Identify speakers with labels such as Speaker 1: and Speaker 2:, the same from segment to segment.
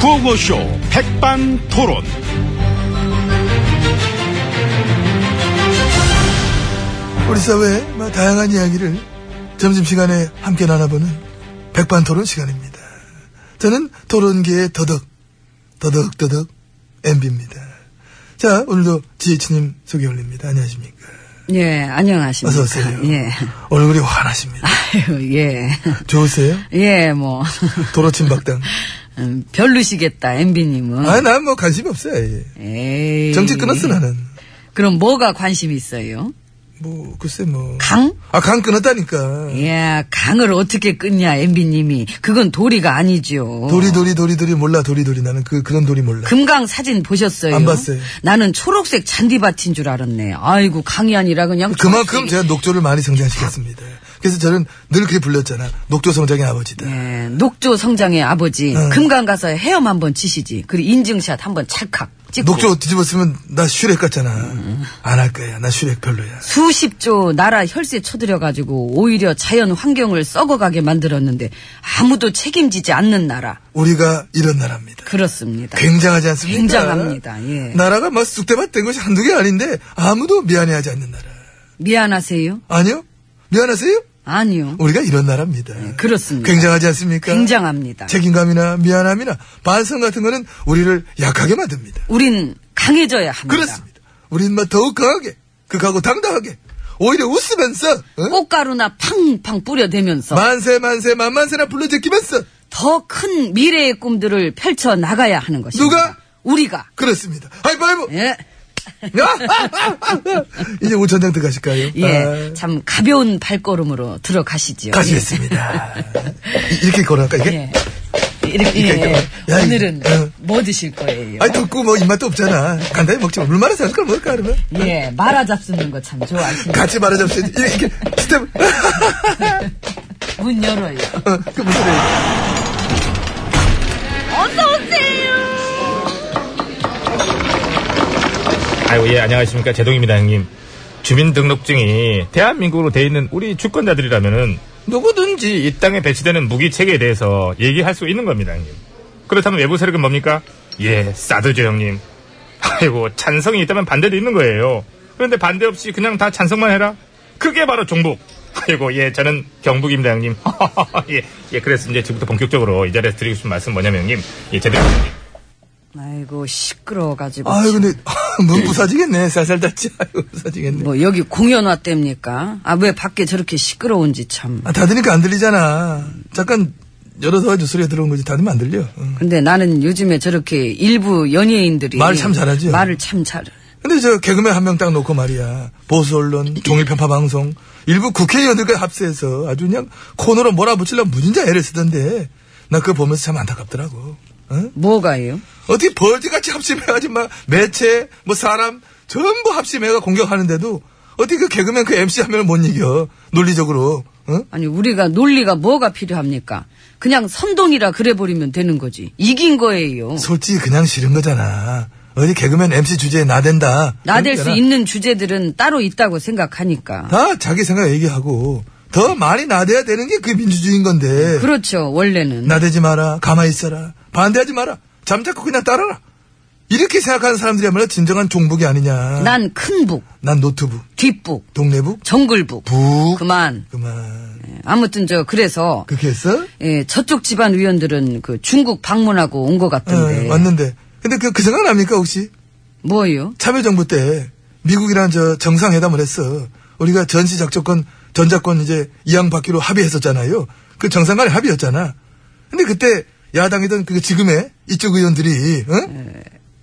Speaker 1: 구호쇼 백반토론.
Speaker 2: 우리 사회의 뭐 다양한 이야기를 점심시간에 함께 나눠보는 백반토론 시간입니다. 저는 토론계의 더덕, 더덕더덕 MB입니다. 자, 오늘도 지혜치님 소개 올립니다. 안녕하십니까.
Speaker 3: 예, 안녕하십니까.
Speaker 2: 어서오세요.
Speaker 3: 예.
Speaker 2: 얼굴이 환하십니다.
Speaker 3: 아유, 예.
Speaker 2: 좋으세요?
Speaker 3: 예, 뭐.
Speaker 2: 도로침 박당.
Speaker 3: 음, 별루시겠다, MB님은.
Speaker 2: 아, 난 뭐 관심 없어요. 예.
Speaker 3: 에이.
Speaker 2: 정치 끊었어, 나는.
Speaker 3: 그럼 뭐가 관심 있어요?
Speaker 2: 뭐, 글쎄 뭐.
Speaker 3: 강?
Speaker 2: 아, 강 끊었다니까.
Speaker 3: 예, 강을 어떻게 끊냐, MB님이. 그건 도리가 아니죠.
Speaker 2: 도리, 도리, 도리, 도리, 몰라, 도리, 도리. 나는 그, 그런 도리 몰라.
Speaker 3: 금강 사진 보셨어요?
Speaker 2: 안 봤어요.
Speaker 3: 나는 초록색 잔디밭인 줄 알았네. 아이고, 강이 아니라 그냥.
Speaker 2: 그만큼
Speaker 3: 초록색이-
Speaker 2: 제가 녹조를 많이 성장시켰습니다. 그래서 저는 늘 그렇게 불렸잖아. 녹조 성장의 아버지다.
Speaker 3: 예, 녹조 성장의 아버지.
Speaker 2: 응.
Speaker 3: 금강 가서 헤엄 한번 치시지. 그리고 인증샷 한번 찰칵 찍고.
Speaker 2: 녹조 뒤집었으면 나 슈렉 같잖아. 안 할 거야. 나 슈렉 별로야.
Speaker 3: 수십조 나라 혈세 쳐들여가지고 오히려 자연 환경을 썩어가게 만들었는데 아무도 책임지지 않는 나라.
Speaker 2: 우리가 이런 나라입니다.
Speaker 3: 그렇습니다.
Speaker 2: 굉장하지 않습니까?
Speaker 3: 굉장합니다. 예.
Speaker 2: 나라가 막 쑥대밭 된 것이 한두 개 아닌데 아무도 미안해하지 않는 나라.
Speaker 3: 미안하세요?
Speaker 2: 아니요? 미안하세요?
Speaker 3: 아니요.
Speaker 2: 우리가 이런 나라입니다.
Speaker 3: 네, 그렇습니다.
Speaker 2: 굉장하지 않습니까?
Speaker 3: 굉장합니다.
Speaker 2: 책임감이나 미안함이나 반성 같은 거는 우리를 약하게 만듭니다.
Speaker 3: 우린 강해져야 합니다.
Speaker 2: 그렇습니다. 우린 막 더욱 강하게, 극하고 당당하게, 오히려 웃으면서, 어?
Speaker 3: 꽃가루나 팡팡 뿌려대면서
Speaker 2: 만세, 만세, 만만세나 불러제끼면서,
Speaker 3: 더 큰 미래의 꿈들을 펼쳐 나가야 하는 것입니다.
Speaker 2: 누가?
Speaker 3: 우리가.
Speaker 2: 그렇습니다. 하이파이브! 아,
Speaker 3: 예.
Speaker 2: 이제 우천장 들어가실까요?
Speaker 3: 예. 참 가벼운 발걸음으로 들어가시지요.
Speaker 2: 아, 가시겠습니다. 이- 이렇게 걸어갈까, 이게?
Speaker 3: 예. 이렇게,
Speaker 2: 이렇게,
Speaker 3: 예.
Speaker 2: 야,
Speaker 3: 오늘은
Speaker 2: 이거, 어.
Speaker 3: 뭐 드실 거예요?
Speaker 2: 아니, 듣고 뭐 입맛도 없잖아. 간단히 먹지. 뭐. 얼마나 사는 걸 먹을까, 그러면?
Speaker 3: 예, 마라 잡수는 거 참 좋아하시네.
Speaker 2: 같이 말하자면, 이렇게, 이렇게 스텝,
Speaker 3: 문 열어요.
Speaker 2: 그 무슨 소리예요?
Speaker 1: 아이고 예 안녕하십니까 제동입니다 형님. 주민등록증이 대한민국으로 돼 있는 우리 주권자들이라면은 누구든지 이 땅에 배치되는 무기 체계에 대해서 얘기할 수 있는 겁니다 형님. 그렇다면 외부 세력은 뭡니까? 예 사드죠 형님. 아이고 찬성이 있다면 반대도 있는 거예요. 그런데 반대 없이 그냥 다 찬성만 해라. 그게 바로 종북. 아이고 예 저는 경북입니다 형님. 예, 예 그래서 이제 지금부터 본격적으로 이 자리에서 드리고 싶은 말씀 뭐냐면 형님 예 제대로
Speaker 3: 아이고, 시끄러워가지고.
Speaker 2: 아유, 근데,
Speaker 3: 예.
Speaker 2: 문 부서지겠네. 살살 닿지. 아유, 부서지겠네.
Speaker 3: 뭐, 여기 공연 왔답니까? 아, 왜 밖에 저렇게 시끄러운지 참.
Speaker 2: 아, 닫으니까 안 들리잖아. 잠깐 열어서 아주 소리가 들어온 거지. 닫으면 안 들려. 응.
Speaker 3: 근데 나는 요즘에 저렇게 일부 연예인들이.
Speaker 2: 말참 잘하죠.
Speaker 3: 말을 참 잘.
Speaker 2: 근데 저 개그맨 한 명 딱 놓고 말이야. 보수 언론, 종일 편파 방송, 일부 국회의원들과 합세해서 아주 그냥 코너로 몰아붙이려면 무진자 애를 쓰던데. 나 그거 보면서 참 안타깝더라고. 어?
Speaker 3: 뭐가요?
Speaker 2: 어떻게 벌집같이 합심해가지고 막 매체, 뭐 사람, 전부 합심해가 공격하는데도 어떻게 그 개그맨 그 MC 한 명을 못 이겨. 논리적으로. 어?
Speaker 3: 아니, 우리가 논리가 뭐가 필요합니까? 그냥 선동이라 그래버리면 되는 거지. 이긴 거예요.
Speaker 2: 솔직히 그냥 싫은 거잖아. 어디 개그맨 MC 주제에 나댄다.
Speaker 3: 나댈
Speaker 2: 그런
Speaker 3: 수
Speaker 2: 거잖아.
Speaker 3: 있는 주제들은 따로 있다고 생각하니까.
Speaker 2: 다 자기 생각 얘기하고 더 많이 나대야 되는 게 그 민주주의인 건데
Speaker 3: 그렇죠, 원래는.
Speaker 2: 나대지 마라 가만히 있어라 반대하지 마라 잠자코 그냥 따라라 이렇게 생각하는 사람들이야말로 진정한 종북이 아니냐
Speaker 3: 난 큰 북,
Speaker 2: 난 노트북
Speaker 3: 뒷북,
Speaker 2: 동네북
Speaker 3: 정글북.
Speaker 2: 북
Speaker 3: 그만. 예,
Speaker 2: 그만
Speaker 3: 아무튼 저 그래서
Speaker 2: 그렇게 했어?
Speaker 3: 예, 저쪽 집안 의원들은 그 중국 방문하고 온 것 같던데.
Speaker 2: 응, 어, 왔는데 근데 그, 그 생각납니까 혹시?
Speaker 3: 뭐요?
Speaker 2: 참여정부 때 미국이랑 저 정상회담을 했어. 우리가 전시 작전권, 전자권 이제 이양 받기로 합의했었잖아요. 그 정상 간의 합의였잖아. 근데 그때 야당이던 그 지금의 이쪽 의원들이, 응?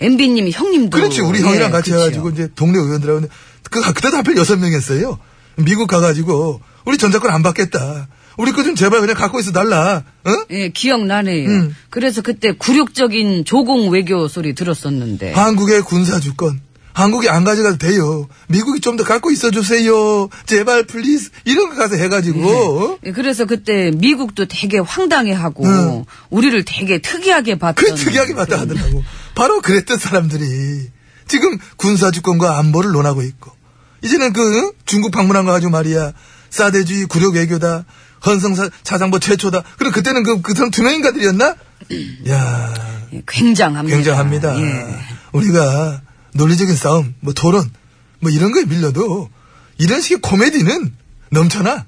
Speaker 3: MB님 형님도. 예,
Speaker 2: 그렇지. 우리 형이랑 같이
Speaker 3: 네, 그치요.
Speaker 2: 해가지고 이제 동네 의원들하고 이제 그, 그때도 하필 여섯 명이었어요. 미국 가가지고 우리 전자권 안 받겠다. 우리 거 좀 제발 그냥 갖고 있어 달라. 응?
Speaker 3: 예, 기억나네요.
Speaker 2: 음.
Speaker 3: 그래서 그때 굴욕적인 조공 외교 소리 들었었는데.
Speaker 2: 네. 한국의 군사 주권. 한국이 안 가져가도 돼요. 미국이 좀 더 갖고 있어 주세요. 제발 플리즈 이런 거 가서 해가지고 어?
Speaker 3: 예, 그래서 그때 미국도 되게 황당해하고
Speaker 2: 응.
Speaker 3: 우리를 되게 특이하게 봤던.
Speaker 2: 음. 그 특이하게 봤다 하더라고. 바로 그랬던 사람들이 지금 군사 주권과 안보를 논하고 있고 이제는 그 응? 중국 방문한 거 가지고 말이야 사대주의 굴욕 외교다 헌성사 차장보 최초다. 그럼 그때는 그 그 사람 두 명인가들이었나? 야
Speaker 3: 예, 굉장합니다.
Speaker 2: 음. 굉장합니다.
Speaker 3: 예.
Speaker 2: 우리가 논리적인 싸움, 뭐 토론, 뭐 이런 거에 밀려도 이런 식의 코미디는 넘쳐나.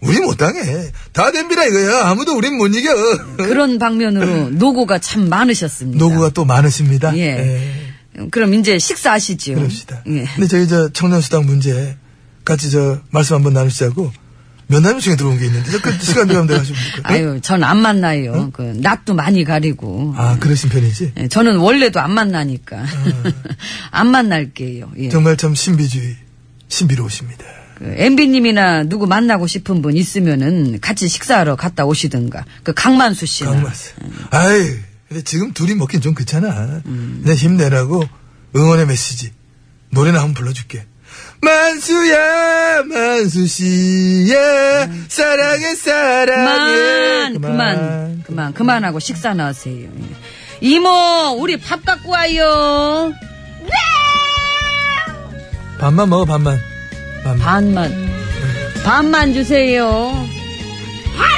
Speaker 2: 우리 못 당해. 다 덤비라 이거야. 아무도 우린 못 이겨.
Speaker 3: 그런 방면으로 노고가 참
Speaker 2: 음.
Speaker 3: 많으셨습니다.
Speaker 2: 노고가 또 많으십니다.
Speaker 3: 예. 그럼 이제 식사하시지요.
Speaker 2: 그럽시다.
Speaker 3: 예.
Speaker 2: 근데 저희 저 청년수당 문제 같이 저 말씀 한번 나누시자고 면담 중에 들어온 게 있는데 저그 시간 되면 내가 좀.
Speaker 3: 아유, 전 안 만나요. 그 낯도 많이 가리고.
Speaker 2: 아, 그러신 편이지?
Speaker 3: 예, 저는 원래도 안 만나니까. 안 만날게요. 예.
Speaker 2: 정말 참 신비주의, 신비로우십니다.
Speaker 3: 그 MB님이나 누구 만나고 싶은 분 있으면은 같이 식사하러 갔다 오시든가. 그 강만수 씨나.
Speaker 2: 강마스. 아이, 근데 지금 둘이 먹긴 좀 그렇잖아. 내 힘내라고 응원의 메시지. 노래나 한번 불러줄게. 만수야, 만수씨야, 사랑해, 사랑해.
Speaker 3: 예, 그만, 그만, 그만, 그만, 하고 식사나 하세요. 예. 이모, 우리 밥 갖고 와요.
Speaker 2: 반만 먹어, 반만. 반만.
Speaker 3: 반만, 네. 반만 주세요. 아,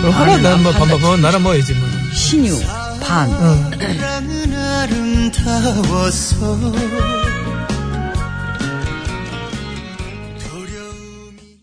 Speaker 2: 그럼 하나, 난 뭐, 반만 먹어. 나는 뭐, 이제 뭐.
Speaker 3: 신유, 반.
Speaker 1: 음.
Speaker 2: 어.
Speaker 4: 사랑은 아름다워서 두려움이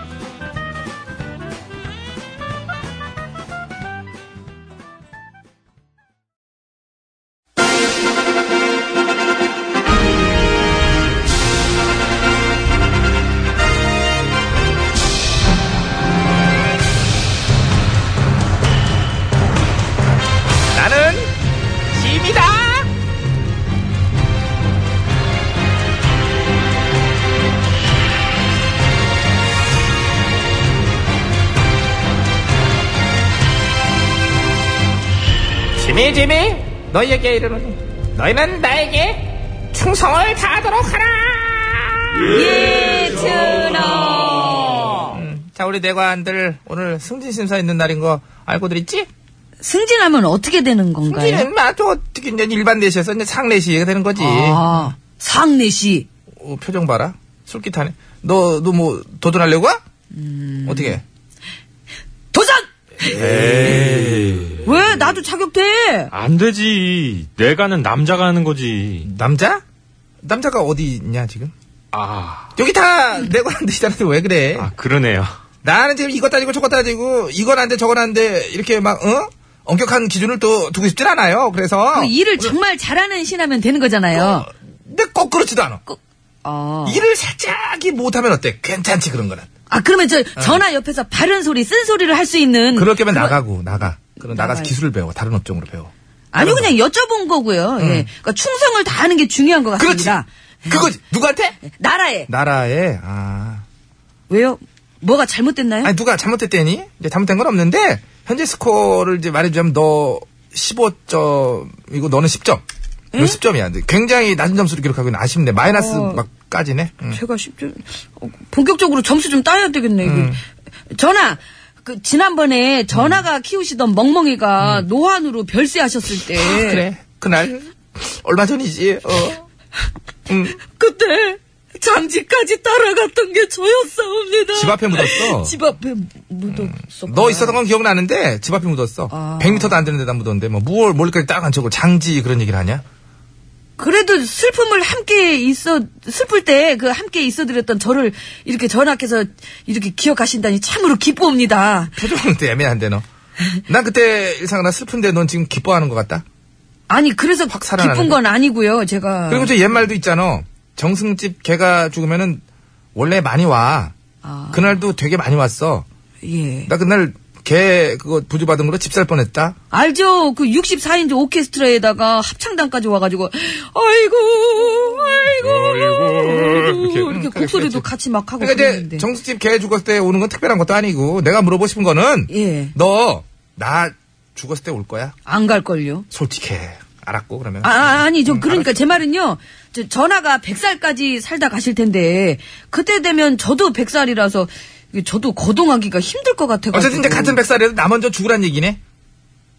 Speaker 1: 나는 짐이다. 짐이 짐이 너희에게 이르노니 너희는 나에게 충성을 다하도록 하라.
Speaker 3: 예, 준호.
Speaker 1: 자 우리 내관들 오늘 승진 심사 있는 날인 거 알고들 있지? 뭐
Speaker 3: 승진하면 어떻게 되는 건가요?
Speaker 1: 승진은 아주 어떻게 이제 일반 내시에서 이제 상내시가 되는 거지.
Speaker 3: 아, 상내시.
Speaker 1: 어, 표정 봐라. 술기타네. 너, 너 뭐 도전하려고?
Speaker 3: 음.
Speaker 1: 어떻게?
Speaker 3: 도전!
Speaker 5: 에이.
Speaker 3: 왜? 나도 자격돼!
Speaker 5: 안 되지. 내가는 남자가 하는 거지.
Speaker 1: 남자? 남자가 어디 있냐 지금?
Speaker 5: 아,
Speaker 1: 여기 다 내고 안 되시잖아요. 왜 그래?
Speaker 5: 아 그러네요.
Speaker 1: 나는 지금 이것 따지고 저것 따지고 이건 안 돼 저건 안 돼 이렇게 막 어? 엄격한 기준을 또 두고 싶진 않아요. 그래서
Speaker 3: 그 일을 정말 잘하는 신하면 되는 거잖아요.
Speaker 1: 근데 꼭 그렇지도 않아.
Speaker 3: 어.
Speaker 1: 일을 살짝이 못하면 어때? 괜찮지 그런 거는.
Speaker 3: 아, 그러면 저 전화 옆에서 바른 소리, 쓴 소리를 할 수 있는.
Speaker 1: 그럴 거면 나가고 나가. 그럼 나가서
Speaker 3: 음. 나가야지.
Speaker 1: 기술을 배워. 다른 업종으로 배워.
Speaker 3: 아니, 그냥 여쭤본 거고요. 예. 그러니까 충성을 다하는 게 중요한 것
Speaker 1: 음. 그렇지.
Speaker 3: 같습니다. 음. 예.
Speaker 1: 그거지. 누구한테?
Speaker 3: 나라에.
Speaker 1: 나라에 아
Speaker 3: 왜요? 뭐가 잘못됐나요?
Speaker 1: 아니 누가 잘못됐대니? 이제 잘못된 건 없는데 현재 스코어를 이제 말해주자면 너 15점이고 너는 10점. 너 10점이야. 굉장히 낮은 점수를 기록하고 있는 아쉽네. 마이너스
Speaker 3: 어.
Speaker 1: 막까지네. 응.
Speaker 3: 제가 쉽죠. 어, 본격적으로 점수 좀 따야 되겠네. 이게.
Speaker 1: 음.
Speaker 3: 전화. 그 지난번에 전화가
Speaker 1: 음.
Speaker 3: 키우시던 멍멍이가 노환으로 별세하셨을 때
Speaker 1: 아, 그래. 그날 얼마 전이지. 어.
Speaker 3: 그때 장지까지 따라갔던 게 저였사옵니다.
Speaker 1: 집 앞에 묻었어.
Speaker 3: 집 앞에 묻었어.
Speaker 1: 너 있었던 건 기억나는데 집 앞에 묻었어.
Speaker 3: 아.
Speaker 1: 100m도 안 되는 데다 묻었는데 뭐 무얼 멀리까지 딱 안 쳐고 장지 그런 얘기를 하냐?
Speaker 3: 그래도 슬픔을 함께 있어 슬플 때 그 함께 있어드렸던 저를 이렇게 전학해서 이렇게 기억하신다니 참으로 기쁩니다.
Speaker 1: 표정도 애매한데 너. 난 그때 일상은 나 슬픈데 넌 지금 기뻐하는 것 같다.
Speaker 3: 아니 그래서
Speaker 1: 확 살아나는
Speaker 3: 기쁜 건 아니고요. 제가
Speaker 1: 그리고 저 옛말도 있잖아. 정승집 개가 죽으면은 원래 많이 와.
Speaker 3: 아,
Speaker 1: 그날도 되게 많이 왔어.
Speaker 3: 예.
Speaker 1: 나 그날 개 그거 부주 받은 걸로 집 살 뻔했다.
Speaker 3: 알죠? 그 64인조 오케스트라에다가 합창단까지 와가지고, 아이고, 아이고,
Speaker 1: 이렇게,
Speaker 3: 이렇게,
Speaker 1: 음, 그래,
Speaker 3: 곡소리도
Speaker 1: 그랬지.
Speaker 3: 같이 막 하고
Speaker 1: 그러니까
Speaker 3: 그랬는데.
Speaker 1: 이제 정승집 개 죽었을 때 오는 건 특별한 것도 아니고 내가 물어보고 싶은 거는
Speaker 3: 예.
Speaker 1: 너 나 죽었을 때 올 거야.
Speaker 3: 안 갈걸요?
Speaker 1: 솔직해. 알았고 그러면.
Speaker 3: 아, 아, 아니,
Speaker 1: 음,
Speaker 3: 저, 그러니까 제 말은요, 저 전화가 100살까지 살다 가실 텐데, 그때 되면 저도 100살이라서, 저도 거동하기가 힘들 것 같아가지고.
Speaker 1: 어쨌든 이제 같은 백살이라도 나 먼저 죽으란 얘기네.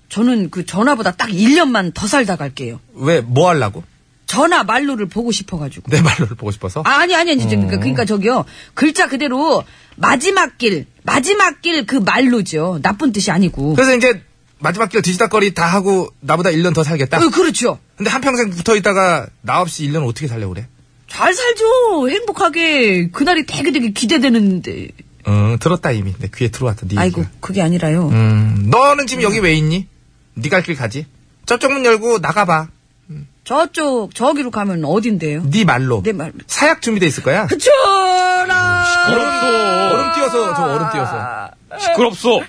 Speaker 3: 저는 그 전화보다 딱 1년만 더 살다 갈게요.
Speaker 1: 왜 뭐 하려고?
Speaker 3: 전화 말로를 보고 싶어가지고.
Speaker 1: 내 말로를 보고 싶어서.
Speaker 3: 아, 아니, 아니, 아니, 진짜. 그러니까, 그러니까 저기요. 글자 그대로 마지막 길, 마지막 길 그 말로죠. 나쁜 뜻이 아니고.
Speaker 1: 그래서 이제 마지막 길 뒤지다거리 다 하고 나보다 1년 더 살겠다.
Speaker 3: 어, 그렇죠.
Speaker 1: 근데 한평생 붙어 있다가 나 없이 1년 어떻게 살려고 그래?
Speaker 3: 잘 살죠. 행복하게. 그날이 되게 되게 기대되는데.
Speaker 1: 응, 들었다 이미. 내 귀에 들어왔다. 네
Speaker 3: 아이고,
Speaker 1: 얘기가.
Speaker 3: 그게 아니라요.
Speaker 1: 음, 너는 지금 여기 왜 있니? 네 갈 길 가지. 저쪽 문 열고 나가봐.
Speaker 3: 저쪽, 저기로 가면 어딘데요?
Speaker 1: 네 말로.
Speaker 3: 내 말.
Speaker 1: 사약 준비돼 있을 거야.
Speaker 3: 그쵸! 나!
Speaker 1: 얼음 띄워서 저 얼음 띄워서.
Speaker 5: 시끄럽소.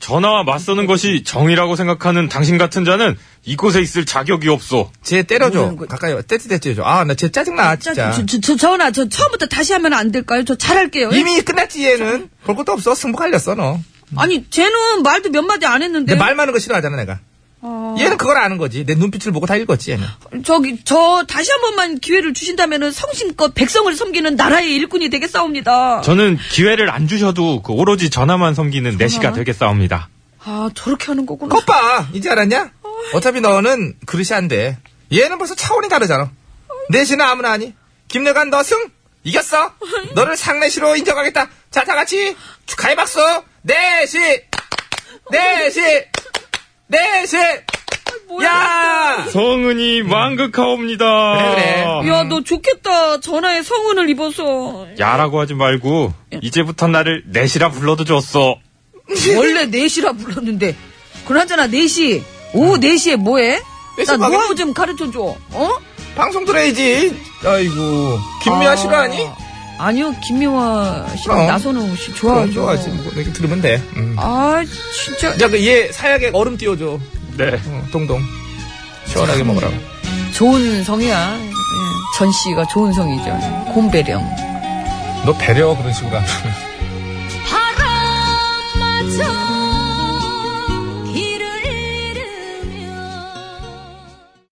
Speaker 5: 전화와 맞서는 것이 정의라고 생각하는 당신 같은 자는 이곳에 있을 자격이 없소.
Speaker 1: 쟤
Speaker 3: 모르는
Speaker 1: 때려줘.
Speaker 3: 거-
Speaker 1: 가까이 와. 떼찌 떼찌 해줘. 아, 나 쟤 짜증나
Speaker 3: 저,
Speaker 1: 진짜.
Speaker 3: 저, 저, 저, 전화, 저 처음부터 다시 하면 안 될까요? 저 잘할게요.
Speaker 1: 이미 끝났지 얘는. 볼 것도 없어. 승부 갈렸어 너.
Speaker 3: 아니, 쟤는 말도 몇 마디 안 했는데.
Speaker 1: 내 네, 말 많은 거 싫어하잖아 내가.
Speaker 3: 네? 어.
Speaker 1: 얘는 그걸 아는 거지. 내 눈빛을 보고 다 읽었지 얘는.
Speaker 3: 저기 저 다시 한 번만 기회를 주신다면은 성심껏 백성을 섬기는 나라의 일꾼이 되겠사옵니다.
Speaker 5: 저는 기회를 안 주셔도 그 오로지 전화만 섬기는 내시가 되겠사옵니다.
Speaker 3: 아 저렇게 하는 거구나.
Speaker 1: 컵 봐. 이제 알았냐? 어차피 너는 그릇이 안 돼. 얘는 벌써 차원이 다르잖아. 내신은 아무나 아니. 김내관 너 승! 이겼어! 너를 상내시로 인정하겠다. 자, 다 같이 축하의 박수! 내시! 내시! 내시! 야!
Speaker 5: 성은이 망극하옵니다.
Speaker 1: 그래,
Speaker 3: 야 너 좋겠다. 전화에 성운을 입어서
Speaker 5: 야라고 하지 말고
Speaker 1: 예.
Speaker 5: 이제부터 나를 내시라 불러도 좋소.
Speaker 3: 원래 넷이라 불렀는데 그나저나 넷이 오후 4시에 뭐해?
Speaker 1: 아. 넷이
Speaker 3: 나
Speaker 1: 뭐하겠니?
Speaker 3: 노하우 좀 가르쳐줘. 어?
Speaker 1: 방송 들어야지. 아이고. 김미아
Speaker 3: 아,
Speaker 1: 싫어하니?
Speaker 3: 아니요 김미화 씨
Speaker 1: 그럼.
Speaker 3: 나선호 씨
Speaker 1: 그럼
Speaker 3: 어. 좋아하죠.
Speaker 1: 좋아하지. 뭐, 이렇게 들으면 돼. 음.
Speaker 3: 아 진짜
Speaker 1: 자, 그 얘 사약에 얼음 띄워줘.
Speaker 5: 네.
Speaker 1: 어, 동동. 시원하게 먹으라고.
Speaker 3: 좋은 성이야. 예, 전 씨가 좋은 성이죠. 곰배령.
Speaker 1: 너 배려 그런 식으로 하면.